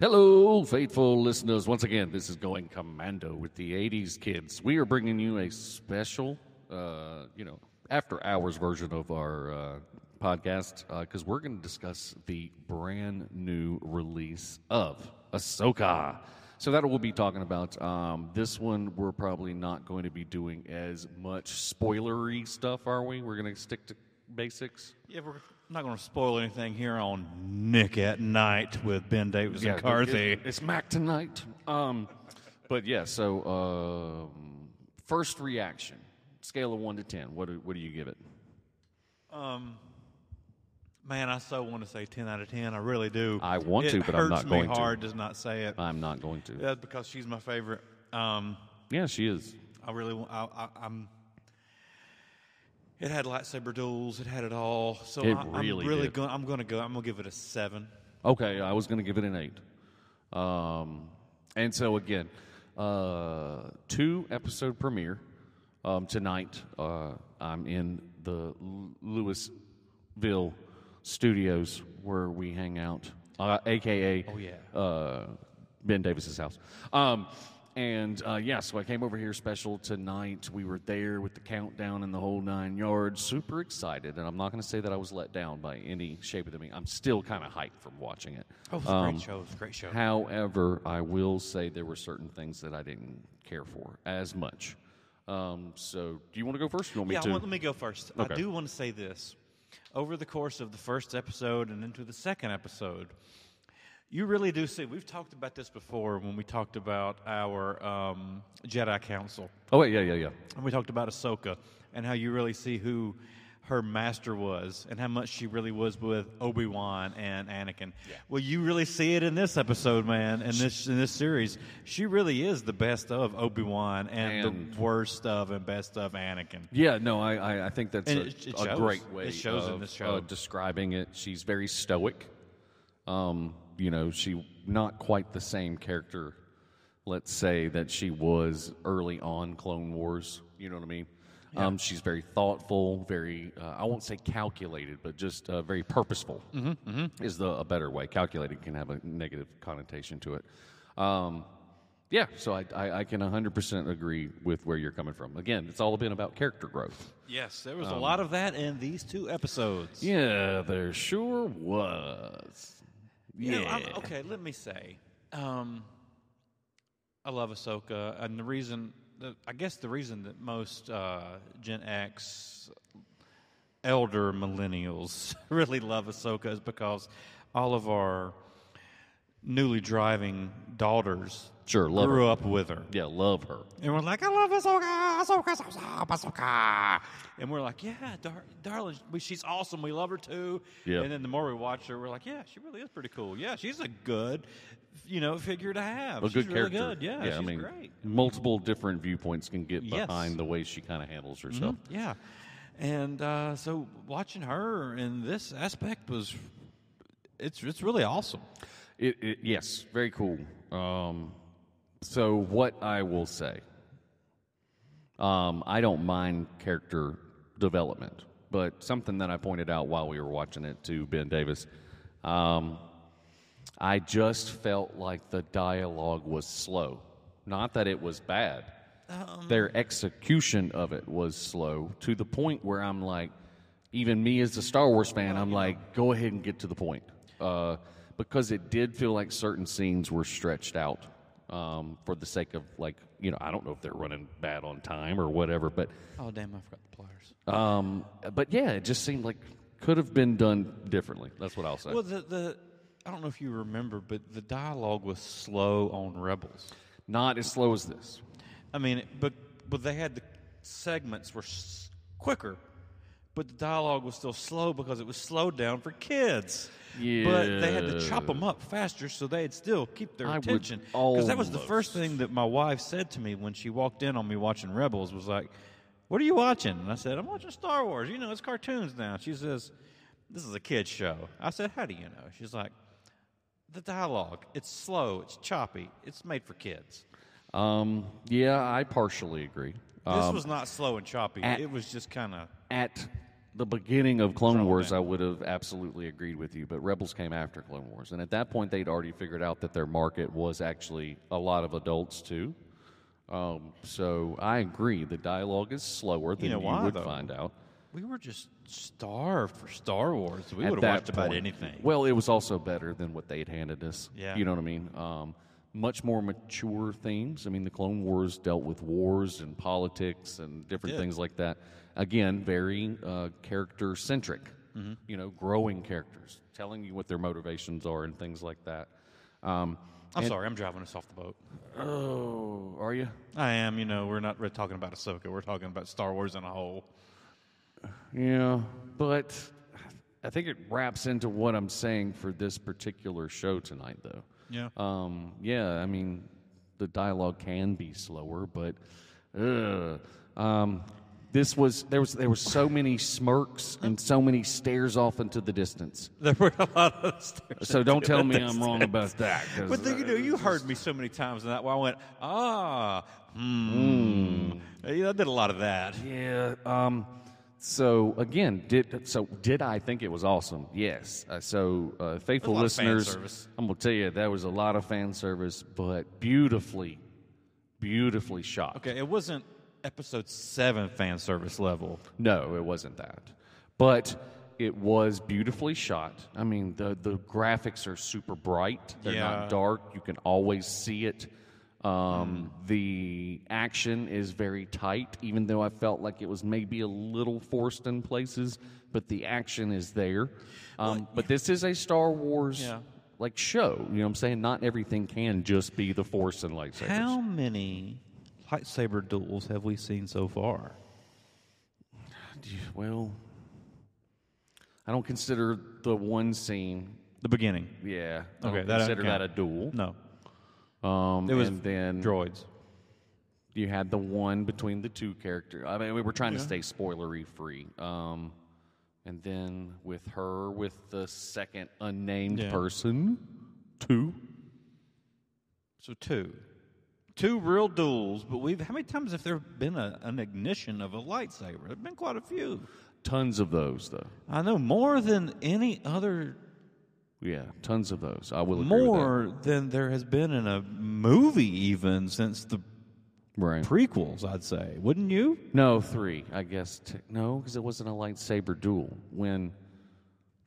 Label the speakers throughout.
Speaker 1: Hello, faithful listeners. Once again, this is Going Commando with the 80s Kids. We are bringing you a special, uh, you know, after hours version of our uh, podcast because we're going to discuss the brand new release of Ahsoka. So that we'll be talking about. Um, this one, we're probably not going to be doing as much spoilery stuff, are we? We're going to stick to basics.
Speaker 2: Yeah, we're not going to spoil anything here on Nick at Night with Ben Davis and Carthy.
Speaker 1: it- it's Mac tonight. Um, but yeah, so um, first reaction scale of one to ten. What do, what do you give it?
Speaker 2: Um, man, I so want to say ten out of ten. I really do.
Speaker 1: I want
Speaker 2: It
Speaker 1: to, but I'm
Speaker 2: hurts
Speaker 1: not
Speaker 2: me
Speaker 1: going to.
Speaker 2: Hard does not say it.
Speaker 1: I'm not going to.
Speaker 2: That's because she's my favorite. Um,
Speaker 1: Yeah, she is.
Speaker 2: I really want. I, I, I'm. It had lightsaber duels. It had it all. So
Speaker 1: It
Speaker 2: I, am
Speaker 1: really
Speaker 2: really
Speaker 1: did.
Speaker 2: going. I'm going to go. I'm going to give it a seven.
Speaker 1: Okay, I was going to give it an eight. Um, and so again, uh, two episode premiere um, tonight. Uh, I'm in the L- Louisville studios where we hang out, uh, aka
Speaker 2: Oh, yeah.
Speaker 1: uh, Ben Davis's house. Um, and uh, yeah, so I came over here special tonight. We were there with the countdown and the whole nine yards. Super excited, and I'm not going to say that I was let down by any shape of the mean. I'm still kind of hyped from watching it.
Speaker 2: Oh, it's
Speaker 1: Um,
Speaker 2: a great show. It's a great show.
Speaker 1: However, I will say there were certain things that I didn't care for as much. Um, so, do you want to go first? or You want me
Speaker 2: yeah,
Speaker 1: to?
Speaker 2: I want, let me go first.
Speaker 1: Okay.
Speaker 2: I do want to say this. Over the course of the first episode and into the second episode, you really do see. We've talked about this before when we talked about our um, Jedi Council
Speaker 1: oh wait, yeah, yeah, yeah.
Speaker 2: and we talked about Ahsoka and how you really see who her master was and how much she really was with Obi Wan and Anakin. Well, you really see it in this episode, man. In this in this series, she really is the best of Obi Wan and,
Speaker 1: And-
Speaker 2: the worst of and best of Anakin.
Speaker 1: Yeah, no, I, I, I think that's
Speaker 2: And
Speaker 1: a,
Speaker 2: it- it
Speaker 1: a
Speaker 2: shows.
Speaker 1: great way
Speaker 2: It shows in
Speaker 1: of
Speaker 2: this show.
Speaker 1: uh, describing it. She's very stoic. Um, you know, she not quite the same character, let's say, that she was early on Clone Wars. You know what I mean? Um, she's very thoughtful, very, uh, I won't say calculated, but just uh, very purposeful
Speaker 2: Mm-hmm,
Speaker 1: is the, a better way. Calculated can have a negative connotation to it. Um, yeah, so I, I, I can 100% agree with where you're coming from. Again, it's all been about character growth.
Speaker 2: Yes, there was a lot of that in these two episodes.
Speaker 1: Um, Yeah, there sure was.
Speaker 2: You know, I'm-
Speaker 1: Yeah.
Speaker 2: okay, let me say, um, I love Ahsoka, and the reason, the, I guess, the reason that most uh, Gen X elder millennials really love Ahsoka is because all of our newly driving daughters
Speaker 1: Sure, love
Speaker 2: grew
Speaker 1: her.
Speaker 2: up with her.
Speaker 1: Yeah, love her.
Speaker 2: And we're like, I love Ahsoka, Ahsoka, Ahsoka, Ahsoka. And we're like, yeah, dar- darling, we, she's awesome. We love her too.
Speaker 1: Yeah.
Speaker 2: And then the more we watch her, we're like, yeah, she really is pretty cool. Yeah, she's a good, you know, figure to have.
Speaker 1: A
Speaker 2: she's
Speaker 1: good
Speaker 2: really
Speaker 1: character.
Speaker 2: good. Yeah, she's
Speaker 1: I mean,
Speaker 2: great.
Speaker 1: multiple different viewpoints can get
Speaker 2: Yes.
Speaker 1: behind the way she kind of handles herself.
Speaker 2: Yeah. And uh, so watching her in this aspect was, it's, it's really awesome.
Speaker 1: It, it, yes, very cool. Um, so, what I will say, um, I don't mind character development, but something that I pointed out while we were watching it to Ben Davis, um, I just felt like the dialogue was slow. Not that it was bad, their execution of it was slow to the point where I'm like, even me as a Star Wars fan, I'm like, go ahead and get to the point. Uh, because it did feel like certain scenes were stretched out um, for the sake of, like, you know, I don't know if they're running bad on time or whatever, but
Speaker 2: Oh, damn, I forgot the pliers.
Speaker 1: um, but yeah, it just seemed like could have been done differently. That's what I'll say.
Speaker 2: Well, the, the, I don't know if you remember, but the dialogue was slow on Rebels.
Speaker 1: Not as slow as this.
Speaker 2: I mean, but but they had the segments were s- quicker, but the dialogue was still slow because it was slowed down for kids. But they had to chop them up faster so they'd still keep their
Speaker 1: I would
Speaker 2: attention. Because that was the first
Speaker 1: almost-
Speaker 2: thing that my wife said to me when she walked in on me watching Rebels was like, "What are you watching?" And I said, "I'm watching Star Wars. You know, it's cartoons now." She says, "This is a kids show." I said, "How do you know?" She's like, "The dialogue. It's slow. It's choppy. It's made for kids."
Speaker 1: Um, yeah, I partially agree.
Speaker 2: This was not slow and choppy.
Speaker 1: Um, at-
Speaker 2: it was just kind of
Speaker 1: at the beginning of Clone
Speaker 2: wrong with
Speaker 1: Wars,
Speaker 2: that?
Speaker 1: I would have absolutely agreed with you, but Rebels came after Clone Wars. And at that point, they'd already figured out that their market was actually a lot of adults, too. Um, so I agree. The dialogue is slower than you,
Speaker 2: know why,
Speaker 1: would
Speaker 2: though?
Speaker 1: find out.
Speaker 2: We were just starved for Star Wars. We
Speaker 1: at
Speaker 2: would have
Speaker 1: that
Speaker 2: watched about
Speaker 1: point.
Speaker 2: anything.
Speaker 1: Well, it was also better than what they'd handed us.
Speaker 2: Yeah.
Speaker 1: You know what I mean? Um, much more mature themes. I mean, the Clone Wars dealt with wars and politics and different
Speaker 2: did.
Speaker 1: things like that. Again, very uh, character centric.
Speaker 2: Mm-hmm.
Speaker 1: You know, growing characters, telling you what their motivations are and things like that. Um,
Speaker 2: I'm sorry, I'm driving us off the boat.
Speaker 1: oh, are you?
Speaker 2: I am. You know, we're not really talking about Ahsoka. We're talking about Star Wars in a whole.
Speaker 1: Yeah, but I think it wraps into what I'm saying for this particular show tonight, though.
Speaker 2: Yeah.
Speaker 1: Um, yeah, I mean, the dialogue can be slower, but ugh. Um, this was there was there were so many smirks and so many stares off into the distance.
Speaker 2: There were a lot of stars.
Speaker 1: So don't tell me I'm wrong about that. 'cause uh,
Speaker 2: But then, you know, you heard me so many times in that where I went, ah, hmm. Yeah, I did a lot of that.
Speaker 1: Yeah. Um, so again, did so did I think it was awesome? Yes. Uh, so uh, faithful
Speaker 2: That's a lot of fan
Speaker 1: listeners,
Speaker 2: service.
Speaker 1: I'm gonna tell you that was a lot of fan service, but beautifully, beautifully shot.
Speaker 2: Okay, it wasn't episode seven fan service level.
Speaker 1: No, it wasn't that, but it was beautifully shot. I mean, the the graphics are super bright. They're
Speaker 2: Yeah.
Speaker 1: not dark. You can always see it. Um,
Speaker 2: Hmm.
Speaker 1: The action is very tight, even though I felt like it was maybe a little forced in places. But the action is there. Um, But this is a Star Wars
Speaker 2: Yeah.
Speaker 1: like show. You know what I'm saying? Not everything can just be the Force and lightsabers.
Speaker 2: How many lightsaber duels have we seen so far?
Speaker 1: Do you- Well, I don't consider the one scene
Speaker 2: The beginning.
Speaker 1: Yeah. I
Speaker 2: Okay,
Speaker 1: don't
Speaker 2: that don't
Speaker 1: consider that
Speaker 2: count.
Speaker 1: a duel.
Speaker 2: No.
Speaker 1: Um,
Speaker 2: It was
Speaker 1: and then
Speaker 2: droids.
Speaker 1: you had the one between the two characters. I mean, we were trying to stay spoilery free. Um, and then with her, with the second unnamed
Speaker 2: Yeah.
Speaker 1: person, two.
Speaker 2: So two. Two real duels, but we've how many times have there been a, an ignition of a lightsaber? There have been quite a few.
Speaker 1: Tons of those, though.
Speaker 2: I know more than any other
Speaker 1: Yeah, tons of those. I will agree with that.
Speaker 2: more than there has been in a movie even since the
Speaker 1: Right.
Speaker 2: prequels, I'd say. Wouldn't you?
Speaker 1: No, three, I guess. T- no, because it wasn't a lightsaber duel when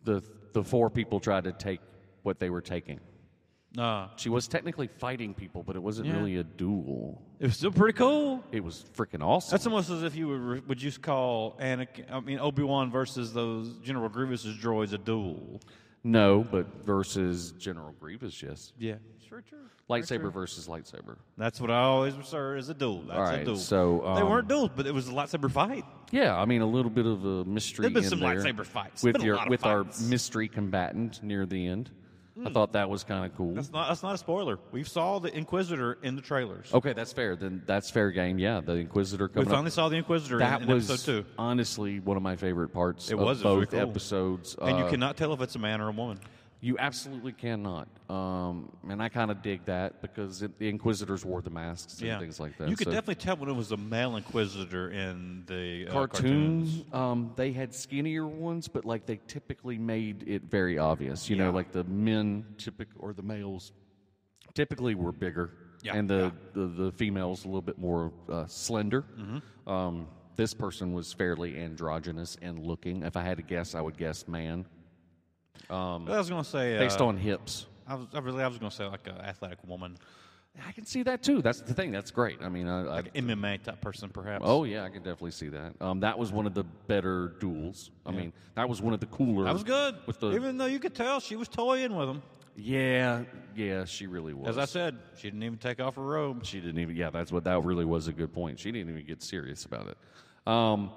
Speaker 1: the the four people tried to take what they were taking.
Speaker 2: Nah.
Speaker 1: She was technically fighting people, but it wasn't
Speaker 2: Yeah.
Speaker 1: really a duel.
Speaker 2: It was still pretty cool.
Speaker 1: It was freaking awesome.
Speaker 2: That's almost as if you would re- would you call Anakin I mean Obi Wan versus those General Grievous's droids a duel.
Speaker 1: no, but versus General Grievous, yes.
Speaker 2: Yeah. Sure, sure.
Speaker 1: Lightsaber versus lightsaber.
Speaker 2: That's what I always refer as a duel. That's
Speaker 1: All
Speaker 2: a
Speaker 1: right,
Speaker 2: duel.
Speaker 1: so,
Speaker 2: they
Speaker 1: um,
Speaker 2: weren't duels, but it was a lightsaber fight.
Speaker 1: Yeah, I mean a little bit of a mystery.
Speaker 2: There've been
Speaker 1: in
Speaker 2: some
Speaker 1: there
Speaker 2: lightsaber fights.
Speaker 1: with
Speaker 2: Been a
Speaker 1: your
Speaker 2: lot of
Speaker 1: with
Speaker 2: fights. Mm.
Speaker 1: our mystery combatant near the end. I thought that was kind of cool.
Speaker 2: That's not that's not a spoiler. We saw the Inquisitor in the trailers.
Speaker 1: okay, that's fair. Then that's fair game. Yeah, the Inquisitor
Speaker 2: we
Speaker 1: Oh, coming up.
Speaker 2: finally saw the Inquisitor
Speaker 1: That
Speaker 2: in, in
Speaker 1: was
Speaker 2: episode two.
Speaker 1: honestly one of my favorite parts.
Speaker 2: It
Speaker 1: of
Speaker 2: was, it was
Speaker 1: both
Speaker 2: very cool.
Speaker 1: episodes.
Speaker 2: and you
Speaker 1: Uh,
Speaker 2: cannot tell if it's a man or a woman.
Speaker 1: You absolutely cannot. Um, and I kind of dig that because it, the Inquisitors wore the masks and
Speaker 2: Yeah,
Speaker 1: things like that.
Speaker 2: You could
Speaker 1: so-
Speaker 2: definitely tell when it was a male Inquisitor in the uh, cartoons.
Speaker 1: cartoons. Um, they had skinnier ones, but like they typically made it very obvious. You know,
Speaker 2: Yeah.
Speaker 1: like the men typic or the males typically were bigger,
Speaker 2: Yeah,
Speaker 1: and the, the the females a little bit more uh, slender.
Speaker 2: Mm-hmm.
Speaker 1: Um, this person was fairly androgynous and looking. If I had to guess, I would guess man
Speaker 2: But I was going to say,
Speaker 1: based
Speaker 2: uh,
Speaker 1: on hips.
Speaker 2: I, was, I really, I was going to say like an athletic woman,
Speaker 1: I can see that too. That's the thing. That's great. I mean, I, I,
Speaker 2: MMA type person, perhaps.
Speaker 1: Oh yeah, I can definitely see that. Um, that was one of the better duels. I mean, that was one of the cooler.
Speaker 2: that was good.
Speaker 1: With the
Speaker 2: Even though you could tell she was toying with him.
Speaker 1: yeah, yeah, she really was.
Speaker 2: As I said, she didn't even take off her robe.
Speaker 1: she didn't even. Yeah, that's what that really was a good point. She didn't even get serious about it. Um,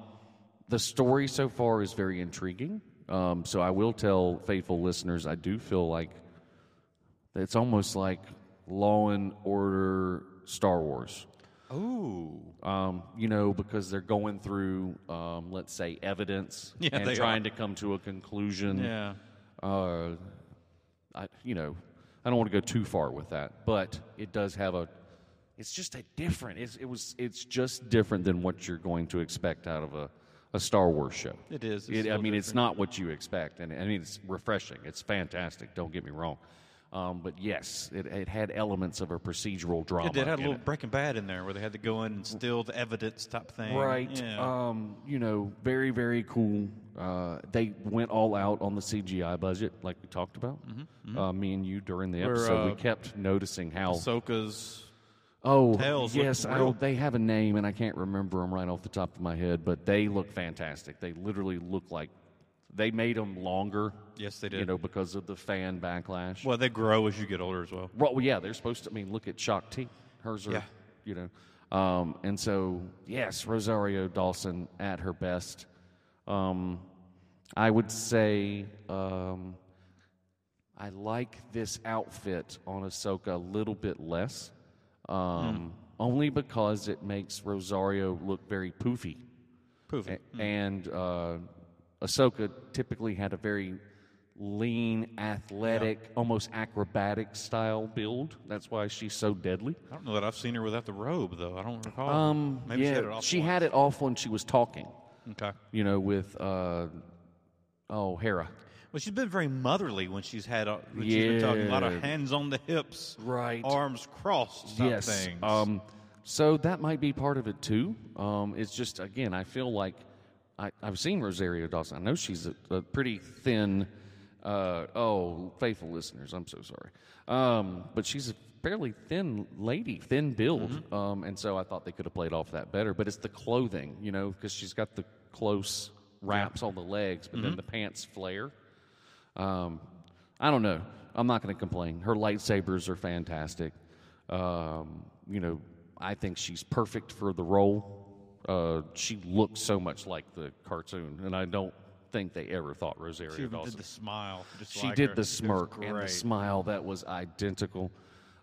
Speaker 1: the story so far is very intriguing. Um, so I will tell faithful listeners, I do feel like it's almost like Law and Order Star Wars.
Speaker 2: Ooh.
Speaker 1: um, you know, because they're going through, um, let's say, evidence
Speaker 2: Yeah,
Speaker 1: and
Speaker 2: they
Speaker 1: trying to come to a conclusion.
Speaker 2: Yeah.
Speaker 1: Uh, I, you know, I don't want to go too far with that, but it does have a. It's just a different. It's, it was. It's just different than what you're going to expect out of a a Star Wars show.
Speaker 2: It is. It's
Speaker 1: It, I
Speaker 2: still
Speaker 1: mean, it's
Speaker 2: different.
Speaker 1: not what you expect, and I mean, it's refreshing. It's fantastic. Don't get me wrong, um, but yes, it, it had elements of a procedural drama.
Speaker 2: It did have
Speaker 1: in
Speaker 2: a little
Speaker 1: it.
Speaker 2: Breaking Bad in there where they had to go in and steal the evidence type thing.
Speaker 1: right?
Speaker 2: Yeah.
Speaker 1: Um, you know, very very cool. Uh, they went all out on the CGI budget, like we talked about. Uh, me and you during the episode, we
Speaker 2: Mm-hmm, uh,
Speaker 1: kept noticing how.
Speaker 2: Ahsoka's.
Speaker 1: oh,
Speaker 2: tails look
Speaker 1: yes, I
Speaker 2: real-
Speaker 1: don't- they have a name, and I can't remember them right off the top of my head, but they look fantastic. They literally look like they made them longer.
Speaker 2: Yes, they
Speaker 1: You
Speaker 2: did.
Speaker 1: know, because of the fan backlash.
Speaker 2: well, they grow as you get older as well.
Speaker 1: Well, well, yeah, they're supposed to. I mean, look at Shock T. Hers are,
Speaker 2: Yeah.
Speaker 1: you know. Um, and so, yes, Rosario Dawson at her best. Um, I would say um, I like this outfit on Ahsoka a little bit less, um, only because it makes Rosario look very poofy.
Speaker 2: Poofy.
Speaker 1: A- And uh, Ahsoka typically had a very lean, athletic, almost acrobatic style build. That's why she's so deadly.
Speaker 2: I don't know that I've seen her without the robe though. I don't recall.
Speaker 1: Um,
Speaker 2: Maybe
Speaker 1: yeah,
Speaker 2: she had it off.
Speaker 1: she
Speaker 2: once.
Speaker 1: had it off when she was talking.
Speaker 2: Okay.
Speaker 1: You know, with uh, oh Hera.
Speaker 2: Well, she's been very motherly when she's had. A, when She's been talking a lot of
Speaker 1: Yeah.
Speaker 2: hands on the hips,
Speaker 1: Right.
Speaker 2: Arms crossed. Type
Speaker 1: yes.
Speaker 2: Things.
Speaker 1: Um, so that might be part of it too. Um, it's just again, I feel like I, I've seen Rosario Dawson. I know she's a, a pretty thin. Uh, oh, faithful listeners, I'm so sorry. Um, but she's a fairly thin lady, thin build, um, and so I thought they could have played off that better. But it's the clothing, you know, because she's got the close wraps on the legs, but then the pants flare. Um, I don't know. I'm not going to complain. Her lightsabers are fantastic. Um, you know, I think she's perfect for the role. Uh, she looks so much like the cartoon, and I don't think they ever thought Rosario
Speaker 2: she even
Speaker 1: Dawson
Speaker 2: did the smile. Just
Speaker 1: she
Speaker 2: like
Speaker 1: did
Speaker 2: her. It
Speaker 1: the
Speaker 2: was
Speaker 1: smirk and the
Speaker 2: great.
Speaker 1: smile that was identical.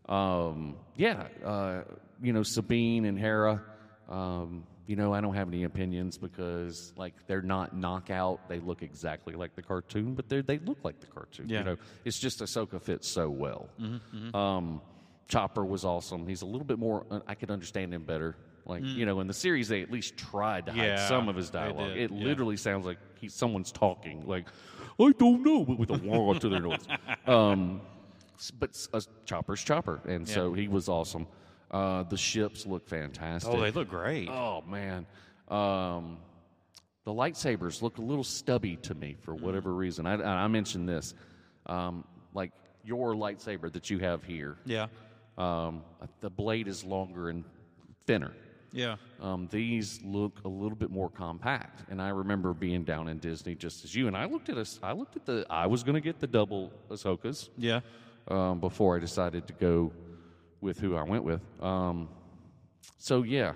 Speaker 1: Um, yeah, uh, you know Sabine and Hera. Um, you know I don't have any opinions because like they're not knockout. They look exactly like the cartoon, but they they look like the cartoon.
Speaker 2: Yeah. Mm-hmm.
Speaker 1: You know it's just Ahsoka fits so well. Um, Chopper was awesome. He's a little bit more. uh, I could understand him better. Like you know in the series they at least tried to hide
Speaker 2: Mm. Yeah,
Speaker 1: some of his
Speaker 2: they
Speaker 1: dialogue.
Speaker 2: did,
Speaker 1: It
Speaker 2: yeah.
Speaker 1: literally sounds like he's someone's talking. Like I don't know, but with a wand to their nose. Um, s- but s- uh, Chopper's Chopper, and so he was awesome. Uh, the ships look fantastic.
Speaker 2: Oh, they look great.
Speaker 1: Oh, man, um, the lightsabers look a little stubby to me for
Speaker 2: Mm.
Speaker 1: whatever reason. I, I I mentioned this, um, like your lightsaber that you have here.
Speaker 2: Yeah.
Speaker 1: Um, the blade is longer and thinner.
Speaker 2: Yeah.
Speaker 1: Um, these look a little bit more compact, and I remember being down in Disney just as you. And I looked at us. I looked at the. I was going to get the double Ahsoka's
Speaker 2: Yeah.
Speaker 1: um, before I decided to go with who I went with. Um, so yeah,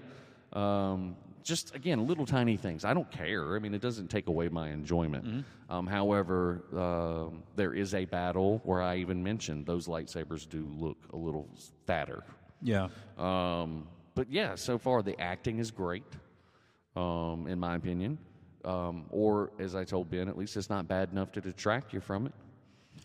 Speaker 1: um, just again, little tiny things. I don't care. I mean, it doesn't take away my enjoyment. Um, however, um, there is a battle where I even mentioned those lightsabers do look a little fatter.
Speaker 2: Yeah.
Speaker 1: Um, but yeah, so far the acting is great, um, in my opinion. Um, or as I told Ben, at least it's not bad enough to detract you from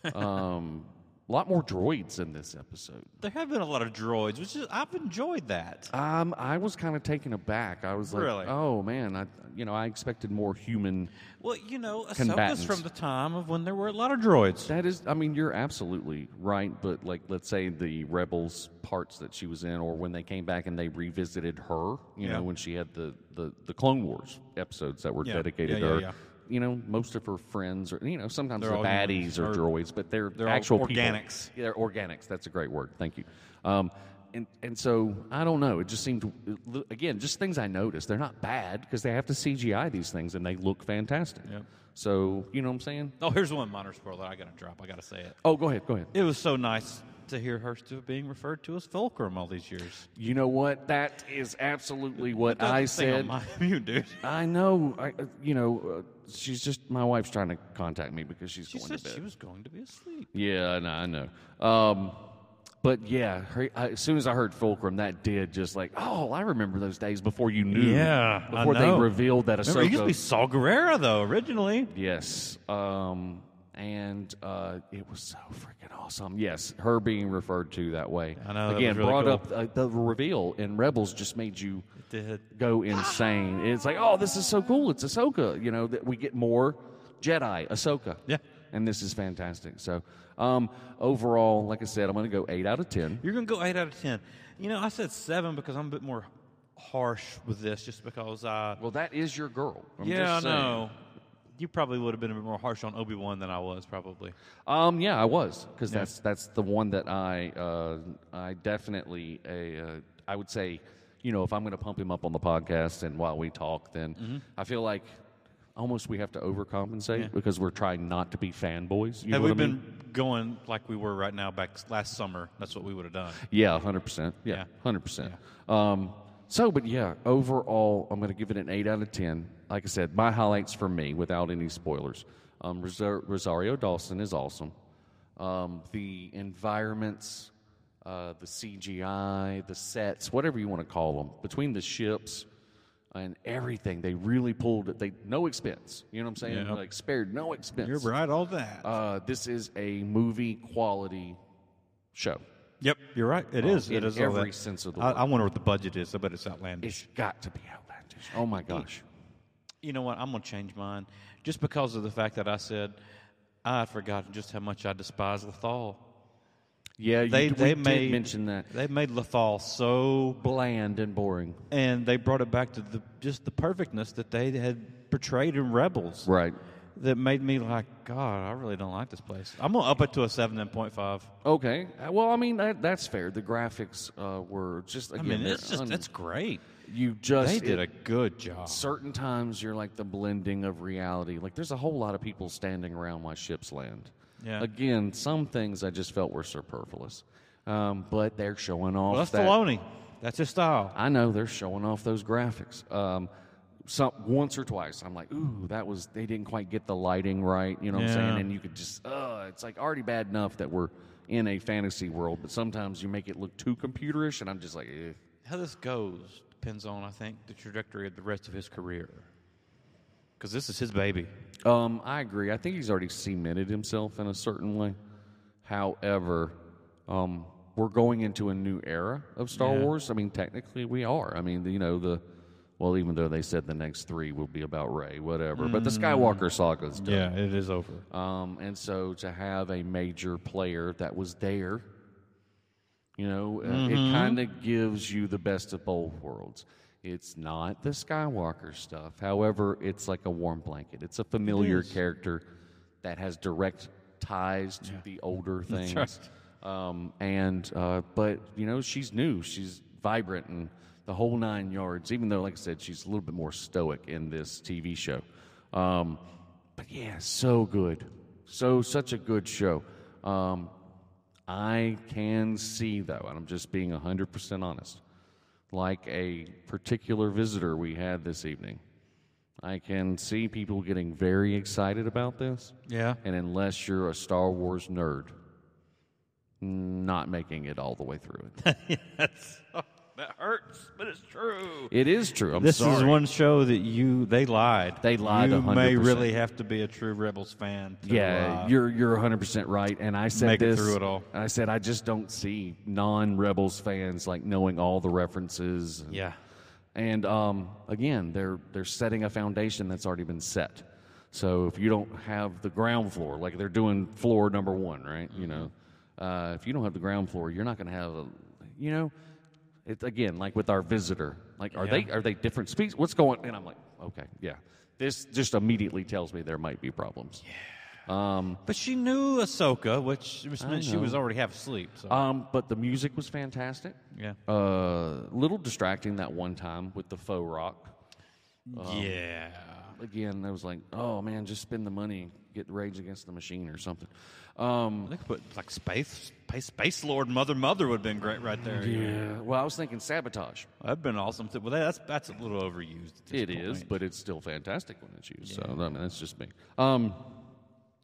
Speaker 1: it. Um, a lot more droids in this episode.
Speaker 2: There have been a lot of droids, which is I've enjoyed that.
Speaker 1: Um, I was kind of taken aback. I was like,
Speaker 2: Really?
Speaker 1: "Oh man, I you know I expected more human."
Speaker 2: Well, you know, Ahsoka's
Speaker 1: Combatants.
Speaker 2: from the time of when there were a lot of droids.
Speaker 1: That is, I mean, you're absolutely right. But like, let's say the rebels parts that she was in, or when they came back and they revisited her, you
Speaker 2: Yeah.
Speaker 1: know, when she had the the the Clone Wars episodes that were
Speaker 2: Yeah.
Speaker 1: dedicated
Speaker 2: Yeah,
Speaker 1: to
Speaker 2: yeah,
Speaker 1: her.
Speaker 2: yeah.
Speaker 1: You know, most of her friends are, you know, sometimes
Speaker 2: They're
Speaker 1: the
Speaker 2: all
Speaker 1: baddies
Speaker 2: humans,
Speaker 1: are
Speaker 2: or-
Speaker 1: droids, but they're,
Speaker 2: they're all
Speaker 1: actual people.
Speaker 2: organics.
Speaker 1: Yeah, they're organics. That's a great word. Thank you. Um, and and so I don't know. It just seemed again just things I noticed. They're not bad because they have to CGI these things and they look fantastic.
Speaker 2: Yep.
Speaker 1: So you know what I'm saying?
Speaker 2: Oh, here's one minor spoiler I got to drop. I got to say it.
Speaker 1: Oh, go ahead. Go ahead.
Speaker 2: It was so nice to hear her still being referred to as Fulcrum all these years.
Speaker 1: You know what? That is absolutely what
Speaker 2: Doesn't
Speaker 1: I
Speaker 2: sing on
Speaker 1: said.
Speaker 2: my mute, dude.
Speaker 1: I know. I, uh, you know, uh, she's just my wife's trying to contact me because she's
Speaker 2: She
Speaker 1: going
Speaker 2: said
Speaker 1: to bed.
Speaker 2: she was going to be asleep.
Speaker 1: yeah, I know. I know. Um, but yeah, her, I, as soon as I heard Fulcrum, that did just like, oh, I remember those days before you knew.
Speaker 2: Yeah, I
Speaker 1: before
Speaker 2: know.
Speaker 1: they revealed that
Speaker 2: Remember, it used to be
Speaker 1: Ahsoka.
Speaker 2: Saw Gerrera though originally.
Speaker 1: yes. Um, and uh, it was so freaking awesome. Yes, her being referred to that way
Speaker 2: I know, that
Speaker 1: again
Speaker 2: was really
Speaker 1: brought
Speaker 2: cool.
Speaker 1: up uh, the reveal in Rebels just made you
Speaker 2: Did
Speaker 1: go insane. It's like, oh, this is so cool. It's Ahsoka. You know that we get more Jedi Ahsoka.
Speaker 2: Yeah.
Speaker 1: and this is fantastic. So, um, overall, like I said, I'm going to go eight out of ten.
Speaker 2: You're gonna go eight out of ten. You know, I said seven because I'm a bit more harsh with this, just because I.
Speaker 1: Well, that is your girl. I'm
Speaker 2: yeah, I
Speaker 1: just saying.
Speaker 2: know. You probably would have been a bit more harsh on Obi Wan than I was, probably.
Speaker 1: Um, yeah, I was because that's that's the one that I uh, I definitely a uh, I would say you know if I'm going to pump him up on the podcast and while we talk, then
Speaker 2: Mm-hmm.
Speaker 1: I feel like almost we have to overcompensate because we're trying not to be fanboys. You
Speaker 2: Had
Speaker 1: know
Speaker 2: we
Speaker 1: what I mean?
Speaker 2: been going like we were right now back s- last summer, that's what we would have done.
Speaker 1: Yeah, hundred percent. Yeah,
Speaker 2: Yeah.
Speaker 1: hundred percent. Um, so, but yeah, overall, I'm going to give it an eight out of ten. Like I said, my highlights for me, without any spoilers, um, Rosa- Rosario Dawson is awesome. Um, the environments, uh, the CGI, the sets, whatever you want to call them, between the ships and everything, they really pulled it. They no expense. You know what I'm saying?
Speaker 2: Yeah.
Speaker 1: Like spared no expense.
Speaker 2: right, all that.
Speaker 1: uh, this is a movie quality show.
Speaker 2: yep, you're right. It is.
Speaker 1: in
Speaker 2: It is all
Speaker 1: every
Speaker 2: that.
Speaker 1: sense of the
Speaker 2: I,
Speaker 1: word.
Speaker 2: I wonder what the budget is. I bet it's outlandish.
Speaker 1: It's got to be outlandish. Oh my gosh.
Speaker 2: you know what? I'm gonna change mine, just because of the fact that I said I had forgotten just how much I despise Lethal.
Speaker 1: Yeah, you,
Speaker 2: They
Speaker 1: d-
Speaker 2: they
Speaker 1: we
Speaker 2: made
Speaker 1: did mention that.
Speaker 2: they made Lethal so
Speaker 1: Bland and boring.
Speaker 2: and they brought it back to the just the perfectness that they had portrayed in Rebels.
Speaker 1: Right.
Speaker 2: That made me like, God, I really don't like this place. I'm gonna up it to a seven point five.
Speaker 1: Okay. Uh, Well, I mean that, that's fair. The graphics uh, were just
Speaker 2: I
Speaker 1: again.
Speaker 2: mean,
Speaker 1: they're
Speaker 2: it's just
Speaker 1: un-
Speaker 2: that's great.
Speaker 1: you just
Speaker 2: They did
Speaker 1: it-
Speaker 2: a good job.
Speaker 1: certain times you're like the blending of reality. Like there's a whole lot of people standing around my ship's land.
Speaker 2: Yeah.
Speaker 1: Again, some things I just felt were superfluous, um, but they're showing off
Speaker 2: Well, that's
Speaker 1: that
Speaker 2: Filoni. That's his style.
Speaker 1: I know they're showing off those graphics. Um, some once or twice, I'm like, ooh, that was they didn't quite get the lighting right. You know what I'm
Speaker 2: Yeah.
Speaker 1: saying? And you could just, uh, it's like already bad enough that we're in a fantasy world, but sometimes you make it look too computerish, and I'm just like, eh.
Speaker 2: How this goes depends on, I think, the trajectory of the rest of his career. Because this is his baby.
Speaker 1: Um, I agree. I think he's already cemented himself in a certain way. However, um, we're going into a new era of Star
Speaker 2: Yeah.
Speaker 1: Wars. I mean, technically, we are. I mean, you know, the well, even though they said the next three will be about Ray, whatever, but the Skywalker saga is done.
Speaker 2: Yeah, it is over.
Speaker 1: Um, and so to have a major player that was there, you know, uh, it kind of gives you the best of both worlds. It's not the Skywalker stuff. However, it's like a warm blanket. It's a familiar character that has direct ties to the older things. Um, and uh, but you know, she's new. She's vibrant and the whole nine yards. Even though, like I said, she's a little bit more stoic in this TV show. Um, but yeah, so good, so such a good show. Um, I can see though, and I'm just being hundred percent honest. Like a particular visitor we had this evening, I can see people getting very excited about this.
Speaker 2: Yeah.
Speaker 1: And unless you're a Star Wars nerd, not making it all the way through it.
Speaker 2: That's, that hurts, but it's true.
Speaker 1: it is true. I'm
Speaker 2: This
Speaker 1: sorry.
Speaker 2: is one show that you, they lied.
Speaker 1: They lied
Speaker 2: You may
Speaker 1: 100%.
Speaker 2: really have to be a true Rebels fan. To,
Speaker 1: yeah,
Speaker 2: uh,
Speaker 1: you're you're 100 percent right. And I said
Speaker 2: Make it
Speaker 1: this
Speaker 2: through it all.
Speaker 1: And I said I just don't see non-Rebels fans like knowing all the references.
Speaker 2: yeah.
Speaker 1: And um, again, they're they're setting a foundation that's already been set. So if you don't have the ground floor, like they're doing floor number one, right?
Speaker 2: Mm-hmm.
Speaker 1: You know, uh, if you don't have the ground floor, you're not going to have a, you know, it's again like with our visitor. Like, are they are they different species? What's going? And I'm like, okay, yeah. This just immediately tells me there might be problems.
Speaker 2: But she knew Ahsoka, which which meant she
Speaker 1: know.
Speaker 2: was already half asleep. So
Speaker 1: Um, but the music was fantastic.
Speaker 2: yeah,
Speaker 1: A uh, little distracting that one time with the faux rock.
Speaker 2: yeah.
Speaker 1: again, I was like, oh man, just spend the money and get Rage Against the Machine or something. Um,
Speaker 2: They could put like space, space, space lord, mother, mother would have been great right there.
Speaker 1: yeah. Well, I was thinking Sabotage.
Speaker 2: That'd been awesome. Too. Well, that's that's a little overused. At this
Speaker 1: It is,
Speaker 2: point.
Speaker 1: but it's still fantastic when it's used. So, I mean, that's just me. Um,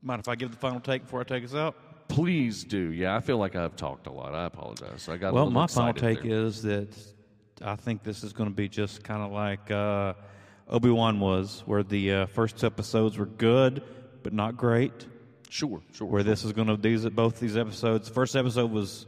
Speaker 2: Mind if I give the final take before I take us out?
Speaker 1: please do. Yeah, I feel like I've talked a lot. I apologize. I got a
Speaker 2: Well,
Speaker 1: little
Speaker 2: my final
Speaker 1: excited
Speaker 2: take
Speaker 1: there.
Speaker 2: is that I think this is going to be just kind of like uh, Obi Wan was, where the uh, first two episodes were good but not great.
Speaker 1: Sure, sure.
Speaker 2: where this is going to these both these episodes. First episode was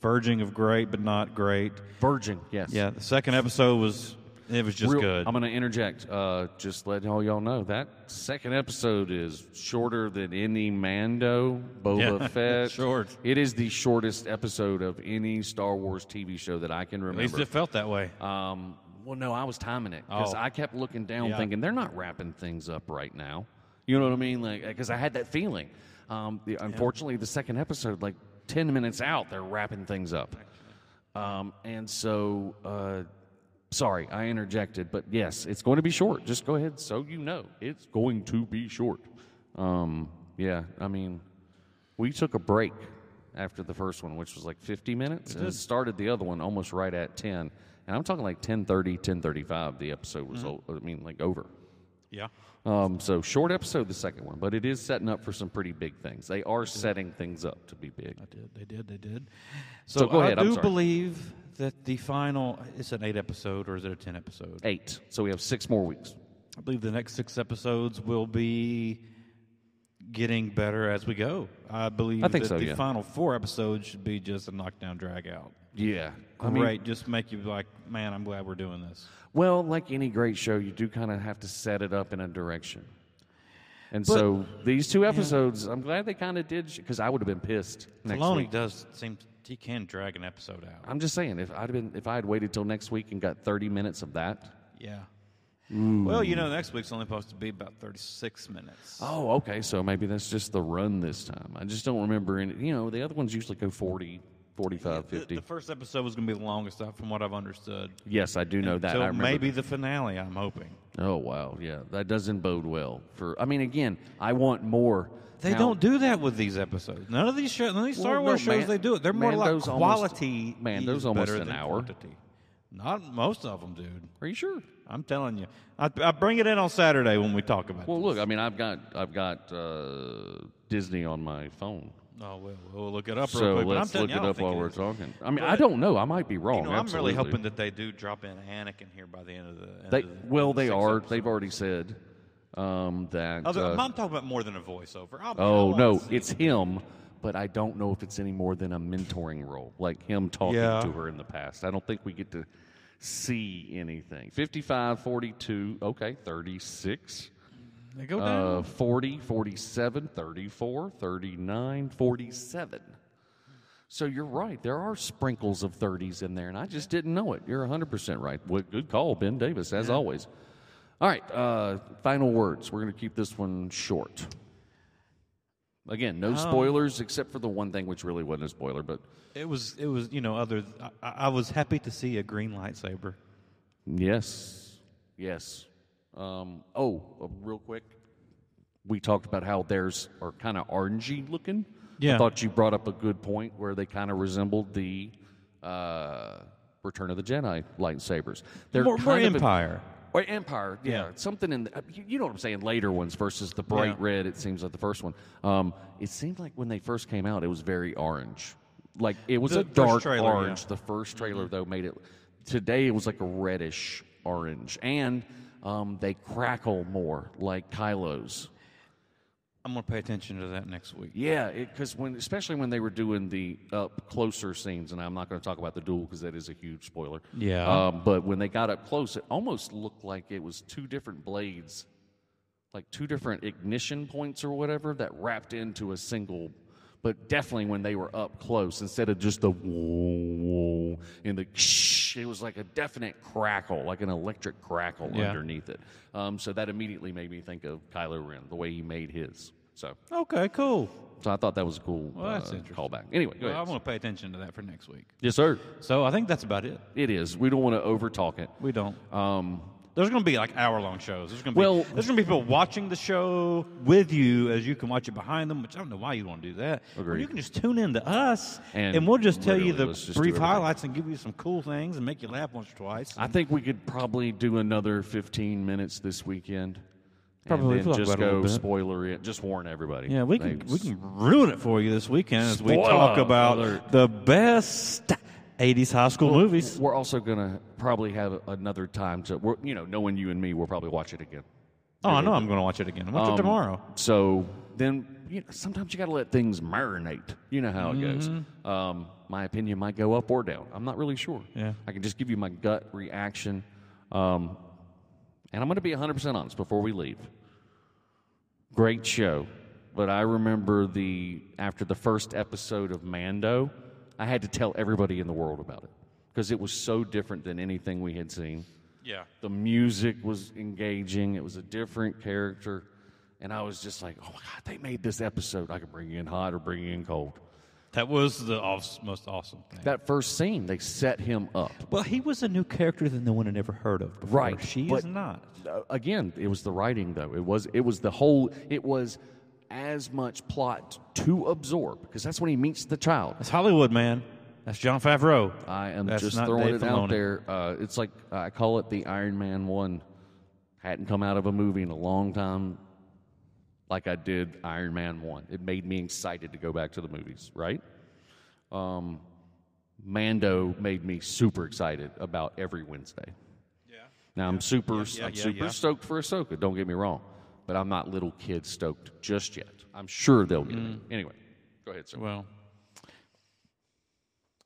Speaker 2: verging of great, but not great.
Speaker 1: Virgin, yes.
Speaker 2: Yeah, the second episode was it was just
Speaker 1: Real-
Speaker 2: good.
Speaker 1: I'm going to interject. Uh, just letting all y'all know that second episode is shorter than any Mando, Boba
Speaker 2: Yeah,
Speaker 1: Fett.
Speaker 2: short.
Speaker 1: It is the shortest episode of any Star Wars TV show that I can
Speaker 2: At least
Speaker 1: remember.
Speaker 2: it felt that way.
Speaker 1: um, well, no, I was timing it because
Speaker 2: Oh.
Speaker 1: I kept looking down,
Speaker 2: Yeah.
Speaker 1: thinking they're not wrapping things up right now. You know what I mean? Like, because I had that feeling. Um, the, unfortunately, the second episode, like ten minutes out, they're wrapping things up. Um, and so, uh, sorry, I interjected, but yes, it's going to be short. Just go ahead, so you know, it's going to be short. Um, yeah, I mean, we took a break after the first one, which was like 50 minutes, and started the other one almost right at 10. And I'm talking like 10:30, 10:35. The episode was, o- I mean, like over.
Speaker 2: Yeah,
Speaker 1: Um, so short episode, the second one, but it is setting up for some pretty big things. They are setting things up to be big.
Speaker 2: I did. They did. They did. So,
Speaker 1: go ahead,
Speaker 2: I
Speaker 1: I'm
Speaker 2: do
Speaker 1: sorry.
Speaker 2: believe that the final is an eight episode or is it a ten episode?
Speaker 1: Eight. So we have six more weeks.
Speaker 2: I believe the next six episodes will be getting better as we go. I believe
Speaker 1: I think
Speaker 2: that
Speaker 1: so,
Speaker 2: the
Speaker 1: yeah.
Speaker 2: final four episodes should be just a knockdown drag out.
Speaker 1: Yeah. I
Speaker 2: Great,
Speaker 1: mean,
Speaker 2: just make you like, man, I'm glad we're doing this.
Speaker 1: Well, like any great show, you do kind of have to set it up in a direction. And so these two episodes, I'm glad they kind of did because I would have been pissed next
Speaker 2: Filoni
Speaker 1: week.
Speaker 2: does seem he can drag an episode out.
Speaker 1: I'm just saying, if I'd been, if I had waited till next week and got 30 minutes of that.
Speaker 2: Yeah. Well, you know, next week's only supposed to be about 36 minutes.
Speaker 1: Oh, okay. So maybe that's just the run this time. I just don't remember any. You know, the other ones usually go 40, 45,
Speaker 2: the,
Speaker 1: 50.
Speaker 2: the first episode was going to be the longest, uh, from what I've understood.
Speaker 1: yes, I do know that. I
Speaker 2: so
Speaker 1: remember
Speaker 2: maybe the finale. I'm hoping
Speaker 1: Oh wow, yeah, that doesn't bode well for. I mean, again, I want more.
Speaker 2: they
Speaker 1: Now-
Speaker 2: don't do that with these episodes. None of these shows, none of these Star
Speaker 1: Well, no,
Speaker 2: Wars shows,
Speaker 1: Man-
Speaker 2: they do it. They're more
Speaker 1: Mando's
Speaker 2: like
Speaker 1: almost-
Speaker 2: quality.
Speaker 1: Mando's
Speaker 2: is
Speaker 1: almost
Speaker 2: better
Speaker 1: an
Speaker 2: than
Speaker 1: hour.
Speaker 2: quantity. Not most of them, dude.
Speaker 1: Are you sure?
Speaker 2: I'm telling you, I, I bring it in on Saturday when we talk about.
Speaker 1: Well,
Speaker 2: it.
Speaker 1: look, I mean, I've got I've got uh, Disney on my phone,
Speaker 2: Oh well, we'll look it up real
Speaker 1: so
Speaker 2: quick. but I'm
Speaker 1: let's
Speaker 2: telling
Speaker 1: look
Speaker 2: you, I
Speaker 1: it
Speaker 2: don't
Speaker 1: up
Speaker 2: think
Speaker 1: while
Speaker 2: it
Speaker 1: we're
Speaker 2: is.
Speaker 1: talking. I mean, I
Speaker 2: But,
Speaker 1: don't know. I might be wrong.
Speaker 2: You know, I'm really
Speaker 1: absolutely.
Speaker 2: hoping that they do drop in Anakin here by the end of the. End
Speaker 1: they
Speaker 2: of the
Speaker 1: well, they
Speaker 2: sixth
Speaker 1: are.
Speaker 2: episode.
Speaker 1: They've already said um, that.
Speaker 2: Other,
Speaker 1: uh,
Speaker 2: I'm talking about more than a voiceover. I'll be- I
Speaker 1: oh
Speaker 2: wanna
Speaker 1: no,
Speaker 2: see-
Speaker 1: it's him. But I don't know if it's any more than a mentoring role, like him talking
Speaker 2: Yeah.
Speaker 1: to her in the past. I don't think we get to see anything. 55, 42, okay, 36.
Speaker 2: They go down.
Speaker 1: Uh, 40, 47, 34, 39, 47. So you're right. There are sprinkles of 30s in there, and I just didn't know it. You're 100% right. Well, good call, Ben Davis, as always. All right, uh, final words. We're going to keep this one short. Again, no spoilers except for the one thing, which really wasn't a spoiler, but
Speaker 2: It was. It was. You know, other. th- I, I I was happy to see a green lightsaber.
Speaker 1: Yes. Yes. Um, oh, uh, real quick. We talked about how theirs are kind of orangey looking. I
Speaker 2: Yeah.
Speaker 1: thought you brought up a good point where they kind of resembled the uh, Return of the Jedi lightsabers. They're
Speaker 2: more more
Speaker 1: kind of a-
Speaker 2: Empire.
Speaker 1: or Empire, yeah,
Speaker 2: Yeah.
Speaker 1: something in the, uh, you, you know what I'm saying. Later ones versus the bright
Speaker 2: Yeah.
Speaker 1: red. It seems like the first one. Um, it seemed like when they first came out, it was very orange. Like it was
Speaker 2: The
Speaker 1: a
Speaker 2: first
Speaker 1: dark
Speaker 2: trailer, yeah. Mm-hmm.
Speaker 1: orange. The first trailer though made it. Today it was like a reddish orange, and um, they crackle more like Kylo's.
Speaker 2: I'm gonna pay attention to that next week.
Speaker 1: Yeah, because when especially when they were doing the up closer scenes, and I'm not going to talk about the duel because that is a huge spoiler.
Speaker 2: Yeah.
Speaker 1: Um, but when they got up close, it almost looked like it was two different blades, like two different ignition points or whatever that wrapped into a single. But definitely when they were up close, instead of just the whoa, whoa and the ksh, it was like a definite crackle, like an electric crackle
Speaker 2: Yeah.
Speaker 1: underneath it. Um, so that immediately made me think of Kylo Ren, the way he made his. So.
Speaker 2: Okay. Cool.
Speaker 1: So I thought that was a cool
Speaker 2: Well, that's
Speaker 1: uh,
Speaker 2: interesting.
Speaker 1: callback. Anyway, go
Speaker 2: Well, I
Speaker 1: ahead.
Speaker 2: want to pay attention to that for next week.
Speaker 1: yes, sir.
Speaker 2: So I think that's about it.
Speaker 1: It is. We don't want to overtalk it.
Speaker 2: We don't.
Speaker 1: Um,
Speaker 2: There's going to be like hour long shows. There's going to be
Speaker 1: Well-
Speaker 2: there's going to be people watching the show with you as you can watch it behind them, which I don't know why you want to do that. Or
Speaker 1: Agreed.
Speaker 2: You can just tune in to us
Speaker 1: And
Speaker 2: and, we'll just tell you
Speaker 1: literally,
Speaker 2: the
Speaker 1: let's just do
Speaker 2: brief
Speaker 1: everything.
Speaker 2: highlights and give you some cool things and make you laugh once or twice.
Speaker 1: I think we could probably do another 15 minutes this weekend.
Speaker 2: Probably
Speaker 1: and then
Speaker 2: talk
Speaker 1: just
Speaker 2: about it a
Speaker 1: go
Speaker 2: little bit.
Speaker 1: spoiler it. Just warn everybody.
Speaker 2: yeah, we can
Speaker 1: Thanks.
Speaker 2: we can ruin it for you this weekend as we
Speaker 1: Spoiler
Speaker 2: talk about
Speaker 1: alert.
Speaker 2: the best 80s high school movies.
Speaker 1: We're also gonna probably have another time to. We're, you know, knowing you and me, we'll probably watch it again.
Speaker 2: Oh, I know I'm going to watch it again. I'll watch it
Speaker 1: Um,
Speaker 2: tomorrow.
Speaker 1: So then you know, sometimes you got to let things marinate. You know how it goes. Um, my opinion might go up or down. I'm not really sure.
Speaker 2: Yeah.
Speaker 1: I can just give you my gut reaction. Um, and I'm going to be 100% honest before we leave. Great show. But I remember the after the first episode of Mando, I had to tell everybody in the world about it because it was so different than anything we had seen.
Speaker 2: Yeah.
Speaker 1: The music was engaging. It was a different character. And I was just like, oh my God, they made this episode. I could bring you in hot or bring you in cold.
Speaker 2: That was the aw- most awesome thing.
Speaker 1: That first scene, they set him up.
Speaker 2: well, he was a new character than the one I'd ever heard of before.
Speaker 1: Right,
Speaker 2: She
Speaker 1: but-
Speaker 2: is not.
Speaker 1: Uh, Again, it was the writing though. It was it was the whole it was as much plot to absorb because that's when he meets the child.
Speaker 2: That's Hollywood, man. That's John Favreau.
Speaker 1: I am
Speaker 2: That's
Speaker 1: just
Speaker 2: not
Speaker 1: throwing
Speaker 2: Dave
Speaker 1: it out
Speaker 2: Filoni.
Speaker 1: there. Uh, it's like uh, I call it the Iron Man one. Hadn't come out of a movie in a long time, like I did Iron Man one. It made me excited to go back to the movies. Right? Um, Mando made me super excited about every Wednesday.
Speaker 2: Yeah.
Speaker 1: Now I'm super,
Speaker 2: yeah,
Speaker 1: I'm
Speaker 2: yeah,
Speaker 1: super
Speaker 2: yeah.
Speaker 1: stoked for Ahsoka. Don't get me wrong, but I'm not little kid stoked just yet. I'm sure they'll get
Speaker 2: Mm.
Speaker 1: it. Anyway, go ahead, sir.
Speaker 2: Well,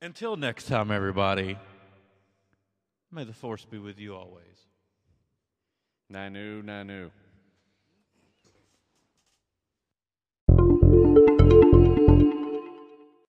Speaker 2: until next time, everybody, may the force be with you always.
Speaker 1: Nanu, Nanu.